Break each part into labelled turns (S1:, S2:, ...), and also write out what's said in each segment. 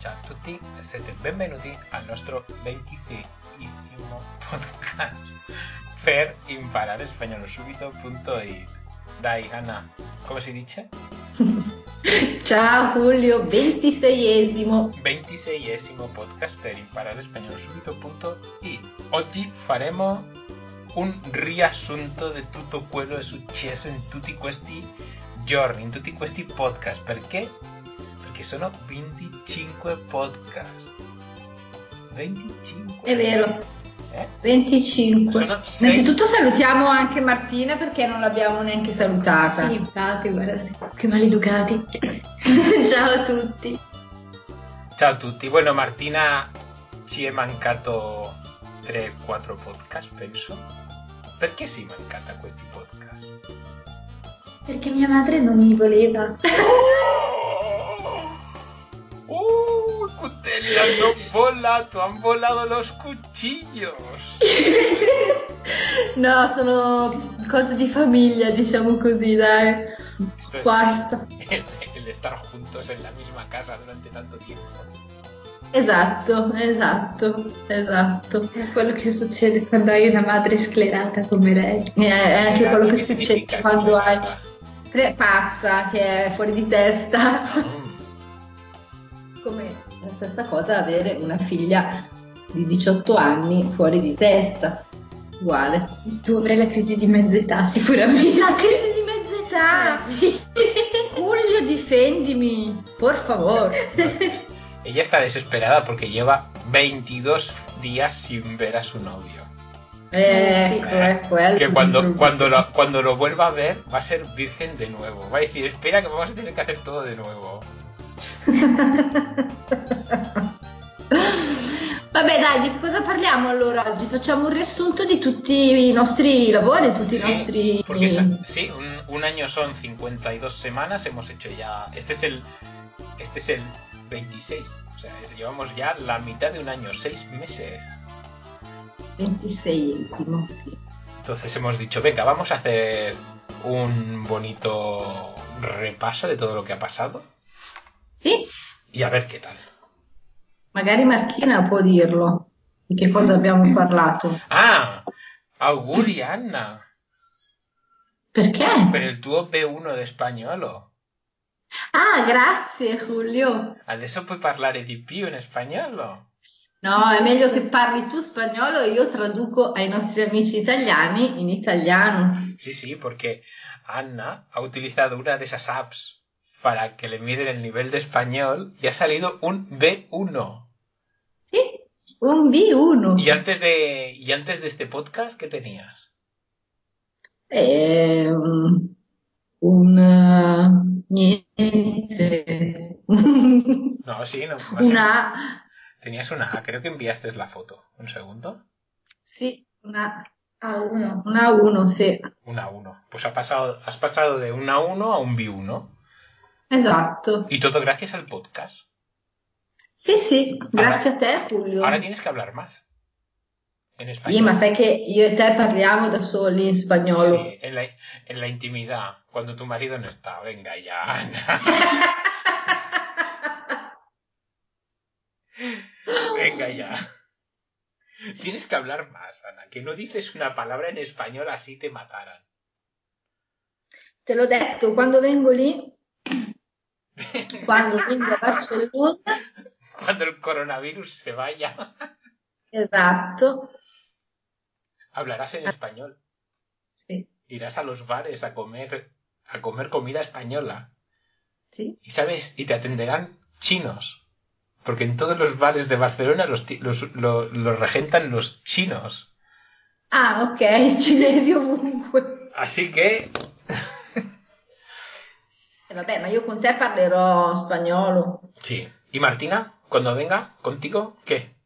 S1: Ciao a tutti e siete benvenuti al nostro 26esimo podcast per imparare spagnolo subito.it. Dai, Ana, come si dice?
S2: Ciao Julio, ventiseiesimo.
S1: 26esimo podcast per imparare spagnolo subito.it. Oggi faremo un riassunto di tutto quello che è successo in tutti questi giorni, in tutti questi podcast. Perché? Perché sono 25 podcast. 25.
S2: È vero.
S1: Eh?
S2: 25.
S1: Sono sei-
S2: Innanzitutto salutiamo anche Martina perché non l'abbiamo neanche salutata.
S3: Sì, infatti, guardate, che maleducati. Ciao a tutti.
S1: Ciao a tutti. Bueno, Martina ci è mancato 3-4 podcast, penso. Perché si è mancata a questi podcast?
S3: Perché mia madre non mi voleva.
S1: ¡Oh! ¡Uh! Cutelia, han volado! ¡Han volado los cuchillos!
S3: No, sono cose di famiglia, diciamo così, dai.
S1: Esto es
S3: Basta.
S1: el, el estar juntos en la misma casa durante tanto tiempo.
S3: Esatto, esatto, esatto. È quello che succede quando hai una madre sclerata come lei.
S2: Eh,
S3: È, è anche quello che succede quando hai tre pazza che è fuori di testa.
S1: Mm.
S2: Come la stessa cosa avere una figlia di 18 anni fuori di testa. Uguale.
S3: Tu avrai la crisi di mezza età sicuramente. Eh,
S2: La crisi di mezza età!
S3: sì.
S2: Julio, difendimi, por favor.
S3: Eh,
S1: Ella está desesperada porque lleva 22 días sin ver a su novio.
S2: Ecco,
S1: eh.
S2: è quello.
S1: que
S2: il
S1: cuando,
S2: problema.
S1: cuando, lo, cuando lo vuelva a ver va a ser virgen de nuevo. Va a decir, espera que vamos a tener que hacer todo de nuevo.
S3: Vabbè dai, di cosa parliamo allora oggi? Facciamo un riassunto di tutti i nostri lavori, tutti i
S1: Sí,
S3: nostri...
S1: porque
S2: Eh.
S1: esa- sí, un, un año son 52 semanas, hemos hecho ya... Este es el... Este es el 26. O sea, es- llevamos ya la mitad de un año, 6 meses.
S2: 26esimo, sì.
S1: Entonces hemos dicho, venga, vamos a hacer un bonito repaso de todo lo que ha pasado
S2: Sì,
S1: y a ver qué tal.
S2: magari Martina può dirlo. Di che cosa abbiamo parlato?
S1: Ah, auguri, Anna,
S2: Perché?
S1: per el tuo B1 de español.
S3: Ah, grazie Giulio.
S1: Adesso puoi parlare di più in spagnolo.
S2: No, è meglio che parli tu spagnolo e io traduco ai nostri amici italiani in italiano.
S1: Sí, sí, porque Anna ha utilizado una de esas apps para que le miden el nivel de español y ha salido un B1.
S2: Sì, un B1.
S1: Y antes de, y antes de este podcast, ¿qué tenías?
S2: È un... um, un, eh, niente.
S1: No, sí, no. no sé.
S2: Una...
S1: Tenías una A, creo que enviaste la foto. Un segundo.
S2: Sì, una...
S3: A1.
S2: Una 1, sì.
S1: Una 1. Pues ha pasado, has pasado de una 1 a un B1.
S2: Esatto.
S1: Y todo gracias al podcast.
S2: Sì, sì, grazie a te Giulio.
S1: Ahora tienes que hablar más. En español.
S2: Sì, ma sai che io e te parliamo da soli in spagnolo.
S1: Sí, Eh, en, la, en la intimidad, cuando tu marido no está. Venga ya, Ana. Venga ya. Tienes que hablar más, Ana. Que no dices una palabra en español así te mataran.
S2: Te l'ho detto, quando vengo lì, quando vengo a Barcellona,
S1: Cuando el coronavirus se vaya,
S2: esatto,
S1: hablarás en español.
S2: sì,
S1: Irás a los bares a comer, a comer comida española.
S2: sì,
S1: Y sabes, y te atenderán chinos. Porque en todos los bares de Barcelona los, ti- los- lo- los regentan los chinos.
S2: Ah, ok, cinesi ovunque.
S1: Así que
S2: E Eh, vabbè, ma io con te parlerò spagnolo.
S1: Sí. ¿Y Martina, cuando venga contigo, qué?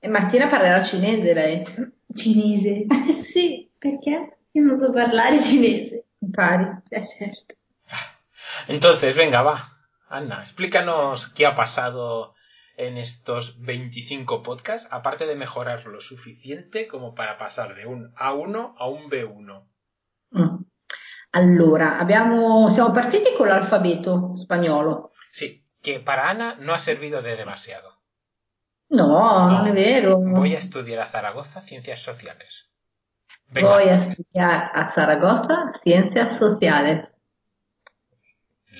S2: E Martina parlerà cinese lei.
S3: Cinese. sì, perché? Io non so parlare cinese.
S2: Impari.
S3: Eh, certo.
S1: Entonces, venga, va. Ana, explícanos qué ha pasado en estos 25 podcasts, aparte de mejorar lo suficiente como para pasar de un A1 a un B1.
S2: Mm. Allora, abbiamo, siamo partiti con l'alfabeto spagnolo.
S1: Sí, que para Ana no ha servido de demasiado.
S2: No, no, non è vero.
S1: Voy a estudiar a Zaragoza Ciencias Sociales.
S2: Venga. Voy a estudiar a Zaragoza Ciencias Sociales.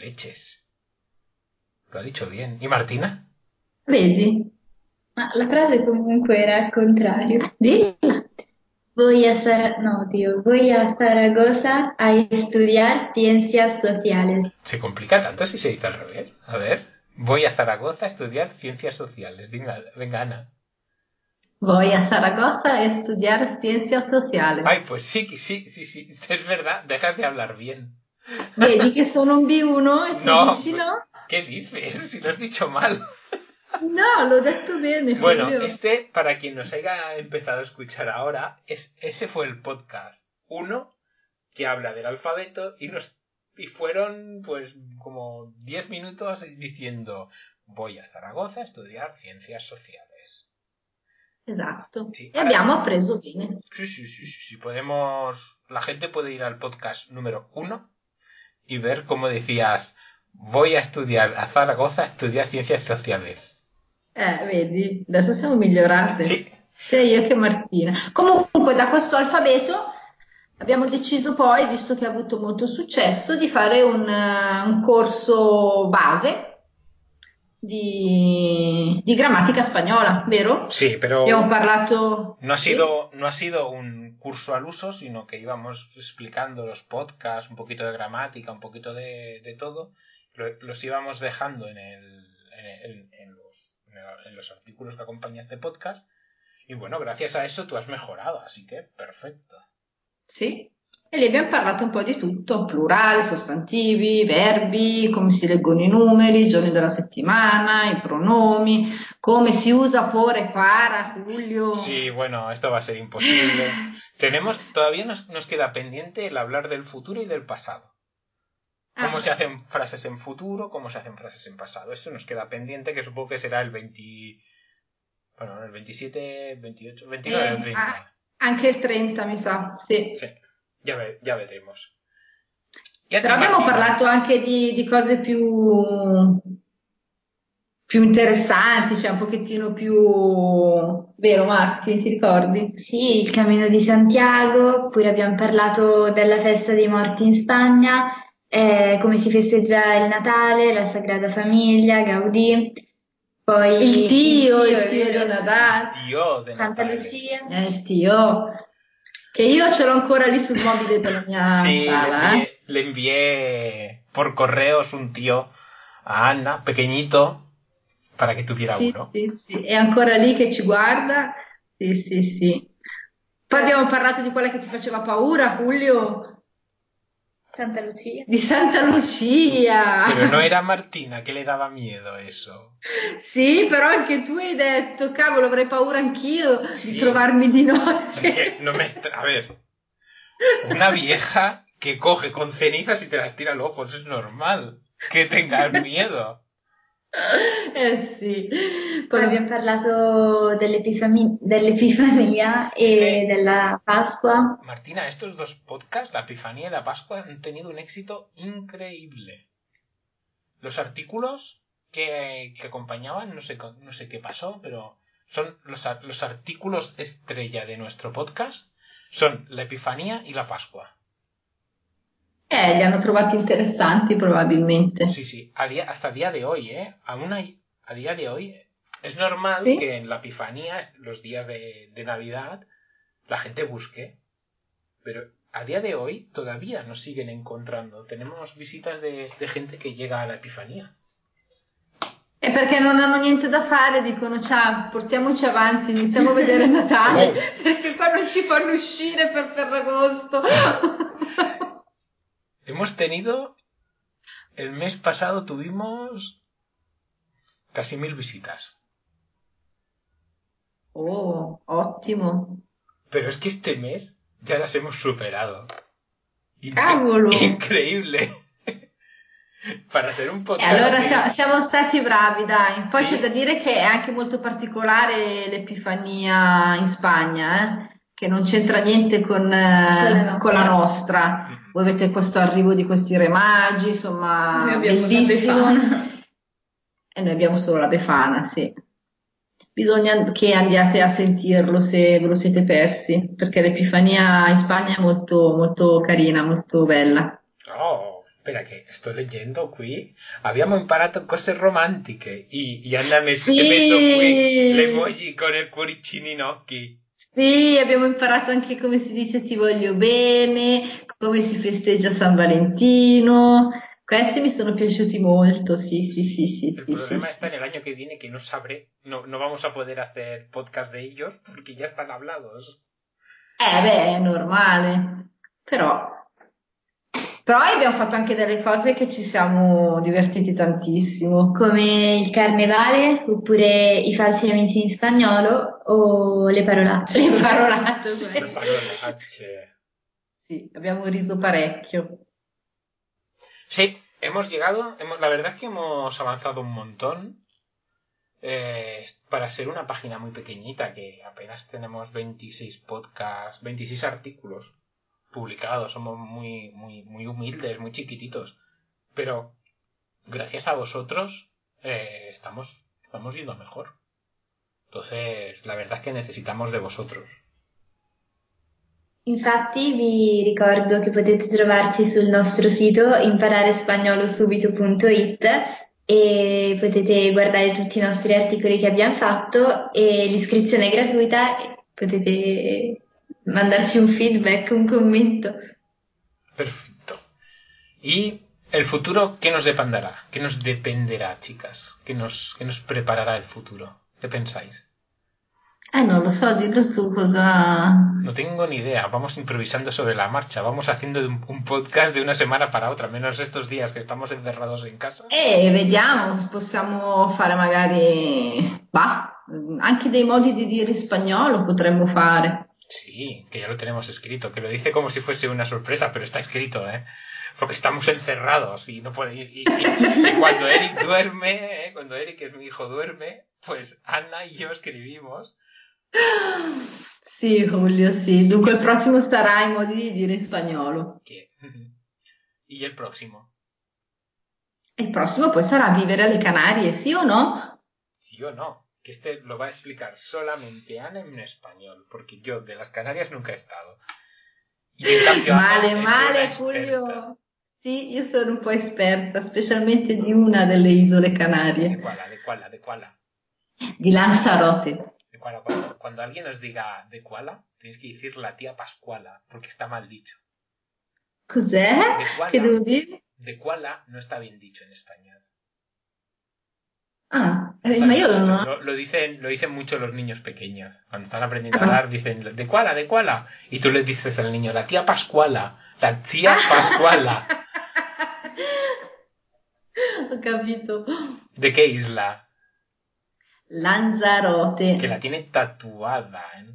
S1: Leches. Lo ha dicho bien. ¿Y Martina?
S3: Vedi? Ma la frase comunque era al contrario. Dilla. Voy a, Zara- no, tío, voy a Zaragoza a estudiar ciencias sociales.
S1: Se complica tanto si se dice al revés. A ver, voy a Zaragoza a estudiar ciencias sociales. Venga, venga Ana.
S2: Voy a Zaragoza a estudiar ciencias sociales.
S1: Ay, pues sí, sí, sí, sí, es verdad, dejas de hablar bien.
S2: Vedi che sono un B1 e tu
S1: No,
S2: dici
S1: pues,
S2: no?
S1: ¿Qué dices? Si lo has dicho mal.
S3: No, lo detto bene.
S1: Bueno,
S3: Julio.
S1: este, para quien nos haya empezado a escuchar ahora, es, ese fue el podcast uno que habla del alfabeto y nos y fueron pues como 10 minutos diciendo voy a Zaragoza a estudiar ciencias sociales.
S2: Esatto.
S1: Sì,
S2: E abbiamo appreso bene.
S1: Sí, sí, sí, sí, sí, podemos la gente puede ir al podcast número uno y ver cómo decías voy a estudiar a Zaragoza a estudiar ciencias sociales.
S2: Eh, vedi, adesso siamo migliorate.
S1: Sí.
S2: Sia io che Martina. Comunque, da questo alfabeto abbiamo deciso poi, visto che ha avuto molto successo, di fare un, eh, un corso base di, di grammatica spagnola, vero?
S1: Sí, pero
S2: Abbiamo parlato.
S1: No ha
S2: Sì.
S1: sido, no ha sido un curso al uso, sino que íbamos explicando los podcasts, un poquito de gramática, un poquito de, de todo. Lo- los íbamos dejando en, el, en, el- en los, en el- en los artículos que acompaña este podcast. Y bueno, gracias a eso tú has mejorado, así que perfecto.
S2: Sì. E lì abbiamo parlato un po' di tutto, plurale, sostantivi, verbi, come si leggono i numeri, i giorni della settimana, i pronomi, come si usa pore, para, Julio.
S1: Sí, bueno, esto va a ser imposible. Tenemos, todavía nos, nos queda pendiente el hablar del futuro y del pasado. cómo
S2: Ah,
S1: se hacen frases en futuro, cómo se hacen frases en pasado. Esto nos queda pendiente, que supongo que será el 20... Bueno, no, el 27, 28, 29
S2: Eh,
S1: o 30.
S2: ah. Anche il 30, mi sa, sì.
S1: Sí, ya, ve- ya veremos. Y a ti,
S2: Però abbiamo
S1: Martina.
S2: parlato anche di, di cose più, più interessanti, cioè un pochettino più... Vero Marti, ti ricordi?
S3: Sì, il Cammino di Santiago, pure abbiamo parlato della festa dei morti in Spagna, eh, come si festeggia il Natale, la Sagrada Famiglia, Gaudì, poi
S2: Il Dio, il
S3: è
S2: Dio
S3: vero,
S2: di Natale.
S1: Dios de
S3: Santa
S1: Natale.
S3: Lucia.
S2: Eh, il tio, che io ce l'ho ancora lì sul mobile della mia
S1: Sí,
S2: sala.
S1: le
S2: eh.
S1: envié, le envié por correos un tío a Ana, pequeñito, para que tuviera
S2: Sì,
S1: uno.
S2: sì, sì, è ancora lì che ci guarda. Sì, sì, sì. Poi abbiamo parlato di quella che ti faceva paura, Julio,
S3: Santa Lucia.
S2: di Santa Lucia.
S1: Pero no era Martina que le daba miedo eso.
S2: Sì, però anche tu hai detto, cavolo, avrei paura anch'io
S1: Sì.
S2: di trovarmi di
S1: Que
S2: notte.
S1: no me estra- A ver, una vieja que coge con cenizas y te las tira al ojo, eso es normal. Que tengas miedo.
S2: Eh sì.
S3: Poi abbiamo parlato dell'epifami- dell'Epifania
S1: Sì.
S3: e della Pasqua.
S1: Martina, estos dos podcasts, la Epifanía y la Pascua, han tenido un éxito increíble. Los artículos que, que acompañaban, no sé, co- no sé qué pasó, pero son los, ar- los artículos estrella de nuestro podcast, son la Epifanía y la Pascua.
S2: Eh, li hanno trovati interessanti probabilmente.
S1: Sí, sí, a día- hasta día de hoy, ¿eh? Aún hay- a día de hoy eh, es normal
S2: ¿Sí?
S1: que en la Epifanía, los días de, de Navidad, la gente busque, pero a día de hoy todavía nos siguen encontrando. Tenemos visitas de, de gente que llega a la Epifanía.
S2: E perché non hanno niente da fare, dicono ciao, portiamoci avanti, iniziamo a vedere Natale,
S1: Oh.
S2: perché qua non ci fanno uscire per Ferragosto.
S1: Hemos tenido, el mes pasado tuvimos casi mil visitas,
S2: Oh, ottimo.
S1: pero es que este mes ya las hemos superado. Incre-
S2: Cavolo.
S1: Increíble. Para ser un
S2: E
S3: Cioè,
S1: podcast.
S2: allora
S1: así-
S2: sia- siamo stati bravi, dai. Poi
S1: Sì.
S2: c'è da dire che è anche molto particolare l'Epifania in Spagna, eh, che non c'entra niente con, eh,
S3: Con la
S2: con la nostra.
S1: Mm.
S2: Voi avete questo arrivo di questi re magi, insomma,
S3: Noi abbiamo una
S2: bellissimo.
S3: Befana.
S2: E noi abbiamo solo la Befana, sì. Bisogna che andiate a sentirlo se ve lo siete persi, perché l'Epifania in Spagna è molto, molto carina, molto bella.
S1: Oh, espera che sto leggendo qui. Abbiamo imparato cose romantiche. I, gli hanno messo,
S2: Sì!
S1: messo qui le emoji con il cuoricino in occhi.
S2: Sì, abbiamo imparato anche come si dice ti voglio bene, come si festeggia San Valentino. Questi mi sono piaciuti molto, sì, sì, sì, sì,
S1: El
S2: sì, sì,
S1: problema
S2: sì,
S1: está en
S2: sì.
S1: el año que viene que no sabré, no, no vamos a poder hacer podcast de ellos porque ya están hablados.
S2: Eh beh, è normale, però, però abbiamo fatto anche delle cose che ci siamo divertiti tantissimo.
S3: Come il carnevale, oppure i falsi amici in spagnolo, o le parolacce.
S2: Le parolacce.
S1: La parola H.
S2: Sì, abbiamo riso parecchio.
S1: Sí, hemos llegado, hemos- la verdad es que hemos avanzado un montón eh, para ser una página muy pequeñita que apenas tenemos 26 podcasts, 26 artículos publicados, somos muy, muy, muy humildes, muy chiquititos, pero gracias a vosotros eh, estamos, estamos yendo mejor. Entonces, la verdad es que necesitamos de vosotros.
S3: Infatti vi ricordo che potete trovarci sul nostro sito impararespagnolo.subito.it e potete guardare tutti i nostri articoli che abbiamo fatto e l'iscrizione è gratuita, e potete mandarci un feedback, un commento.
S1: Perfecto. ¿Y el futuro qué nos dependerá? ¿Qué nos dependerá, chicas? ¿Qué nos, qué nos preparará el futuro? ¿Qué pensáis?
S2: Eh, non lo so, dillo tu cosa...
S1: No tengo ni idea. Vamos improvisando sobre la marcha. Vamos haciendo un, un podcast de una semana para otra, menos estos días que estamos encerrados en casa.
S2: E Eh, vediamo, possiamo fare magari, bah, anche dei modi di dire in spagnolo potremmo fare.
S1: Sí, que ya lo tenemos escrito, que lo dice como si fuese una sorpresa, pero está escrito, ¿eh? Porque estamos encerrados y no puede ir. Y, y- y cuando Eric duerme, ¿eh? cuando Eric, que es mi hijo, duerme, pues Ana y yo escribimos.
S2: Sì, Giulio, sì. Dunque il prossimo sarà i modi di dire in spagnolo.
S1: que- Y el próximo.
S2: E il prossimo poi sarà vivere alle Canarie, sì o no?
S1: Sí o no. Que este lo va a explicar solamente Ana en español, porque yo de las Canarias nunca he estado. Y en cambio, Ana
S2: Male,
S1: es una
S2: male,
S1: experta.
S2: Giulio. Sì, io sono un po' esperta, specialmente di una delle isole
S1: ¿De
S2: Canarie,
S1: cuala, de cuala, de cuala?
S2: di Lanzarote.
S1: de cuala. Cuando, cuando alguien os diga de cuala, tenéis que decir la tía Pascuala, porque está mal dicho.
S2: Cos'è?
S1: De
S2: Che devo
S1: cuala,
S2: dire?
S1: de cuala no está bien dicho en español.
S2: Ah, eh,
S1: Está
S2: ma
S1: bien
S2: io
S1: dicho.
S2: non ho...
S1: Lo, lo dicen, lo dicen mucho los niños pequeños. Cuando están aprendiendo a
S2: Ah.
S1: hablar, dicen de cuala, de cuala. Y tú les dices al niño, la tía Pascuala, la tía Pascuala.
S2: Ho capito.
S1: ¿De qué isla?
S2: Lanzarote
S1: Que la tiene tatuada, ¿eh?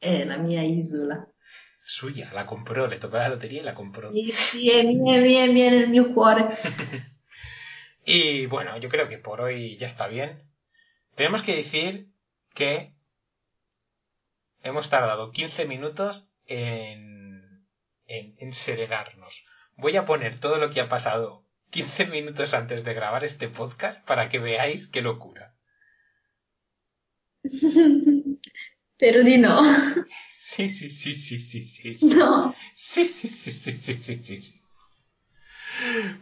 S2: è la mia isola.
S1: Suya, la compró, le tocó la lotería y la compró.
S2: Sì, sì, è mia, è mia, è mia nel mio cuore.
S1: Y bueno, yo creo que por hoy ya está bien. Tenemos que decir que hemos tardado 15 minutos en, en, en serenarnos. Voy a poner todo lo que ha pasado 15 minutos antes de grabar este podcast para que veáis qué locura.
S3: Spero di no.
S1: Sí, sí, sí, sí, sí, sí. sí.
S3: No.
S1: Sí, sí, sí, sí, sí, sí, sí, sí.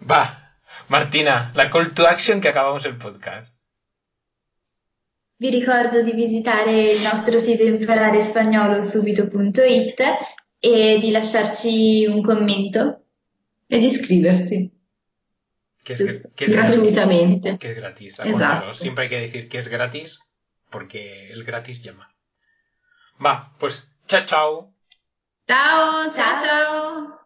S1: Va, Martina, la call to action que acabamos el podcast.
S3: Vi ricordo di visitare il nostro sito impararespagnolo.subito.it e di lasciarci un commento.
S2: Ed iscriversi
S1: Que es,
S3: Giusto.
S1: que es gratis.
S2: gratuitamente.
S1: Que es gratis,
S2: Exacto.
S1: acordaros. Siempre hay que decir que es gratis porque el gratis llama. Va, pues chao, chao.
S2: Ciao, ciao,
S3: Ciao.
S2: ciao.